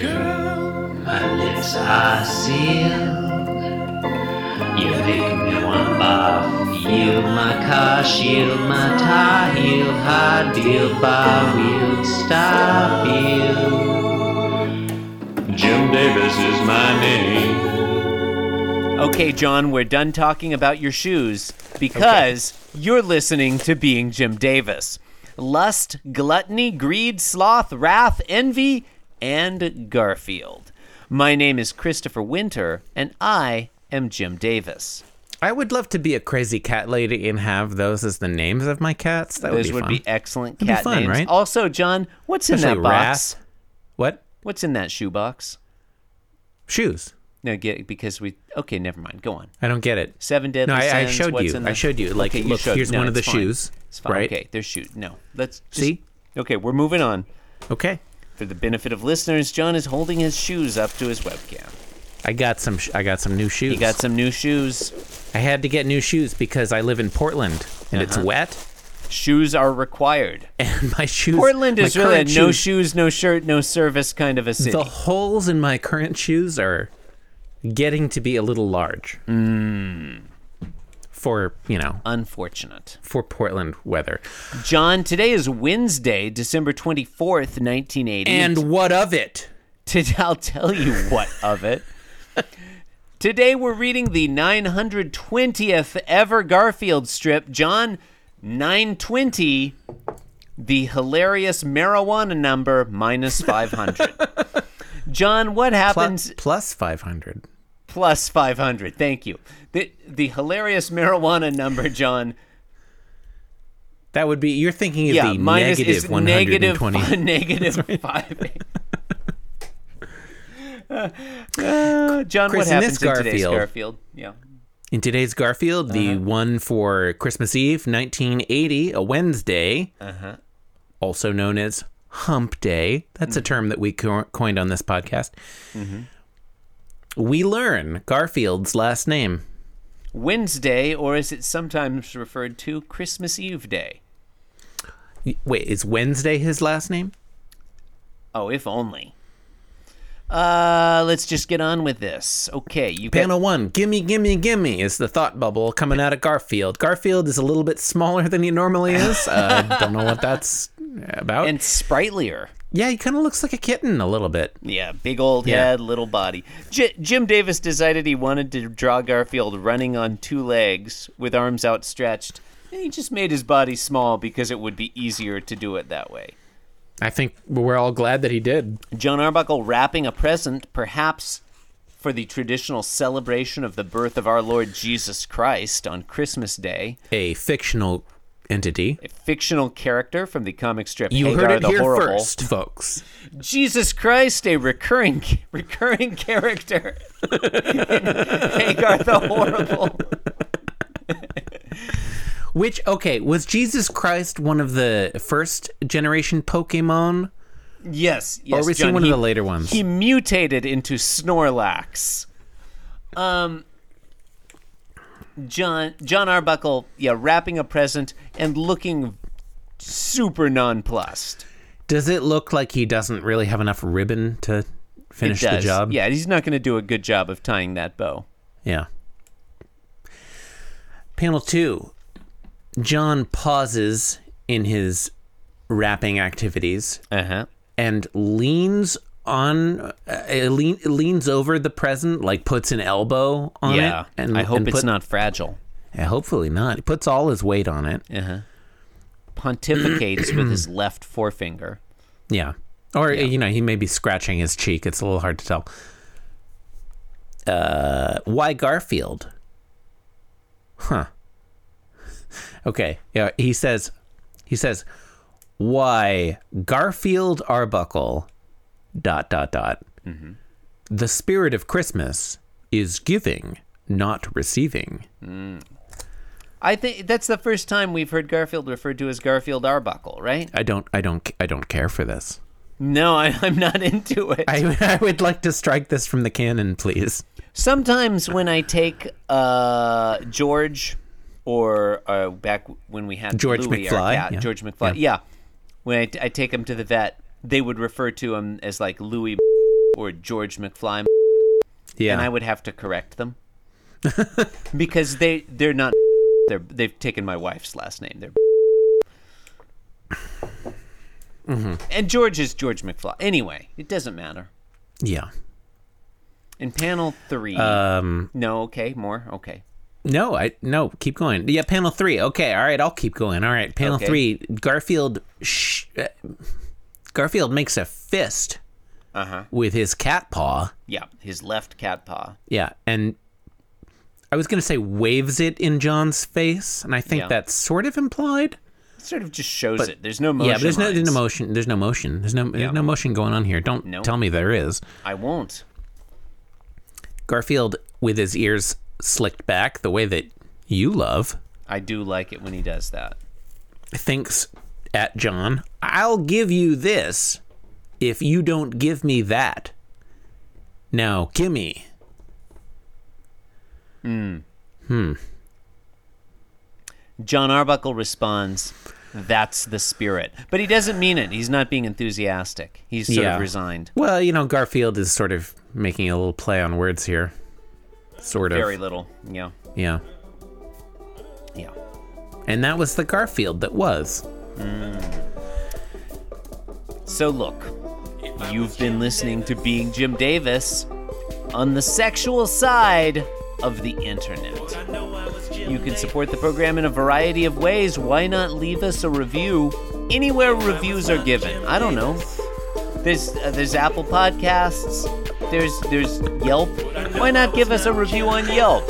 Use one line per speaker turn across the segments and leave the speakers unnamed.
Girl, my lips are sealed. You make me want bath. Yield my car, shield my tie, heel, high deal, bar wheel, stop you. Jim Davis is my name.
Okay, John, we're done talking about your shoes because you're listening to Being Jim Davis. Lust, gluttony, greed, sloth, wrath, envy, and Garfield. My name is Christopher Winter, and I am Jim Davis.
I would love to be a crazy cat lady and have those as the names of my cats. That
Those
would be
would
fun.
be e- excellent
be
cat
fun,
names.
right?
Also, John, what's in
Especially
that box?
wrath. What
What's in that shoebox?
shoes?
No, get because we. Okay, never mind. Go on.
I don't get it.
Seven deadly
No, I, I
sins.
showed
what's
you.
In the...
I showed you. Like,
Okay, you
look,
showed-
here's
no,
one of the
it's fine.
shoes.
It's fine.
Right?
Okay, there's shoes. No, let's just-
See?
Okay, we're moving on.
Okay.
For the benefit of listeners, John is holding his shoes up to his webcam.
I got some. Sh- I got some new shoes.
He got some new shoes.
I had to get new shoes because I live in Portland and it's
Uh-huh.
wet.
Shoes are required.
And my shoes.
Portland
my
is really a
current
no
shoes-
shoes, no shirt, no service kind of a city.
The holes in my current shoes are getting to be a little large.
Mm.
For you know,
Unfortunate.
for Portland weather.
John, today is Wednesday, December 24th, 1980.
And what of it?
Today, I'll tell you what of it. Today we're reading the 920th ever Garfield strip, John 920, the hilarious marijuana number minus 500. John, what happens
Plus, plus five hundred.
plus 500? Thank you. The the hilarious marijuana number, John.
That would be. You're thinking of
Yeah,
the
minus is
negative one hundred and
negative
twenty.
negative 5. Uh, John,
Chris,
what
in
happens
this
in today's
Garfield-
Garfield? Yeah.
In today's Garfield, the
Uh-huh.
one for Christmas Eve, 1980, a Wednesday,
Uh-huh.
also known as Hump Day. That's
Mm-hmm.
a term that we co- coined on this podcast. We learn Garfield's last name.
Wednesday, or is it sometimes referred to Christmas Eve Day?
Y- Wait, is Wednesday his last name?
Oh, if only. Uh, let's just get on with this. Okay, you got-
Panel one, gimme, gimme, gimme is the thought bubble coming out of Garfield. Garfield is a little bit smaller than he normally is. I don't know what that's about.
and sprightlier.
yeah, he kind of looks like a kitten a little bit.
Yeah, big old
Yeah.
head, little body. J- Jim Davis decided he wanted to draw Garfield running on two legs with arms outstretched. And he just made his body small because it would be easier to do it that way.
I think we're all glad that he did.
John Arbuckle wrapping a present, perhaps for the traditional celebration of the birth of our Lord Jesus Christ on Christmas Day.
a fictional entity.
A fictional character from the comic strip
You
Hagar
heard it
the
here
Horrible.
first, folks.
Jesus Christ, a recurring recurring character in Hagar the Horrible.
Which okay, was Jesus Christ one of the first generation Pokemon?
Yes, yes.
Or was he
John,
one of the later ones?
He mutated into Snorlax. Um, John John Arbuckle, yeah, wrapping a present and looking super nonplussed.
Does it look like he doesn't really have enough ribbon to finish
Does.
the job?
Yeah, he's not going to do a good job of tying that bow.
Yeah. Panel two. John pauses in his rapping activities
Uh huh.
and leans on uh, uh, lean, leans over the present, like puts an elbow on
Yeah,
it. And
I hope
and
it's
put-
not fragile.
Yeah, hopefully not. He puts all his weight on it. Yeah.
Pontificates with his left forefinger.
Or, you know, he may be scratching his cheek. It's a little hard to tell. Uh, why Garfield? Huh. Okay. Yeah, he says, he says, why Garfield Arbuckle, dot, dot, dot.
Mm-hmm.
The spirit of Christmas is giving, not receiving.
I think that's the first time we've heard Garfield referred to as Garfield Arbuckle, right?
I don't, I don't, I don't care for this.
No, I, I'm not into it.
I, I would like to strike this from the canon, please.
Sometimes when I take uh, George, or uh, back when we had
George
Louis, our
McFly,
cat,
yeah.
George McFly, yeah. When I, I take him to the vet, they would refer to him as like Louis or George McFly,
Yeah.
and I would have to correct them because they they're not they're they've taken my wife's last name. They're
Mm-hmm.
and George is George McFly. Anyway, it doesn't matter.
yeah.
In panel three,
Um.
no, okay, more, okay.
No. I no. Keep going. Yeah. Panel three. Okay. All right. I'll keep going. All right. Panel
Okay.
three. Garfield. Sh- uh, Garfield makes a fist
Uh huh.
with his cat paw.
Yeah, his left cat paw.
Yeah, and I was going to say waves it in John's face, and I think
Yeah.
that's sort of implied.
sort of just shows it. There's no motion.
yeah, but there's no, there's
lines.
no motion. There's no motion. There's no there's no motion going on here. Don't
No.
tell me there is.
I won't.
Garfield with his ears slicked back, the way that you love,
I do like it when he does that.
thinks at John, "I'll give you this if you don't give me that." Now, gimme.
John Arbuckle responds, "That's the spirit," but he doesn't mean it. He's not being enthusiastic. He's sort
Yeah.
of resigned.
Well, you know, Garfield is sort of making a little play on words here. Sort of.
Very little. Yeah.
Yeah.
Yeah.
And that was the Garfield that was.
So look, you've been listening to Being Jim Davis on the sexual side of the internet. You can support the program in a variety of ways. Why not leave us a review anywhere reviews are given? I don't know. There's uh, there's Apple Podcasts. There's there's Yelp. Why not give us a review on Yelp?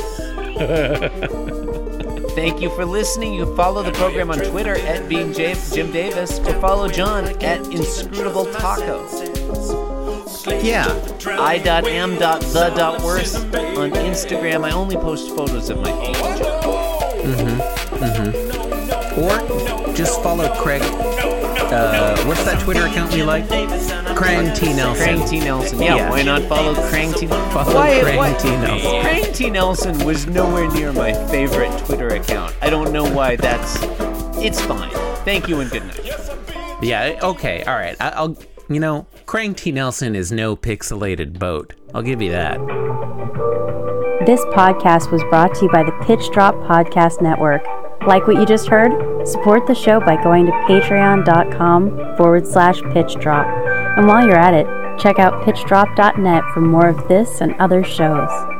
Thank you for listening. You can follow the program on Twitter at Being J- Jim Davis or follow John at Inscrutable Taco.
Yeah.
I.am.the.worse on Instagram. I only post photos of my feet.
Or just follow Craig. Uh, what's that Twitter account we like? Crang T. Nelson.
Crang T. Nelson. Yeah,
Yeah.
why not follow Crang T.
Follow
why,
Crang
why-
T. Nelson.
Crang T. Nelson was nowhere near my favorite Twitter account. I don't know why that's. It's fine. Thank you and good night.
Yeah. Okay. All right. I, I'll. You know, Crang T. Nelson is no pixelated boat. I'll give you that.
This podcast was brought to you by the Pitch Drop Podcast Network. Like what you just heard? Support the show by going to patreon.com forward slash pitch drop. And while you're at it, check out pitchdrop.net for more of this and other shows.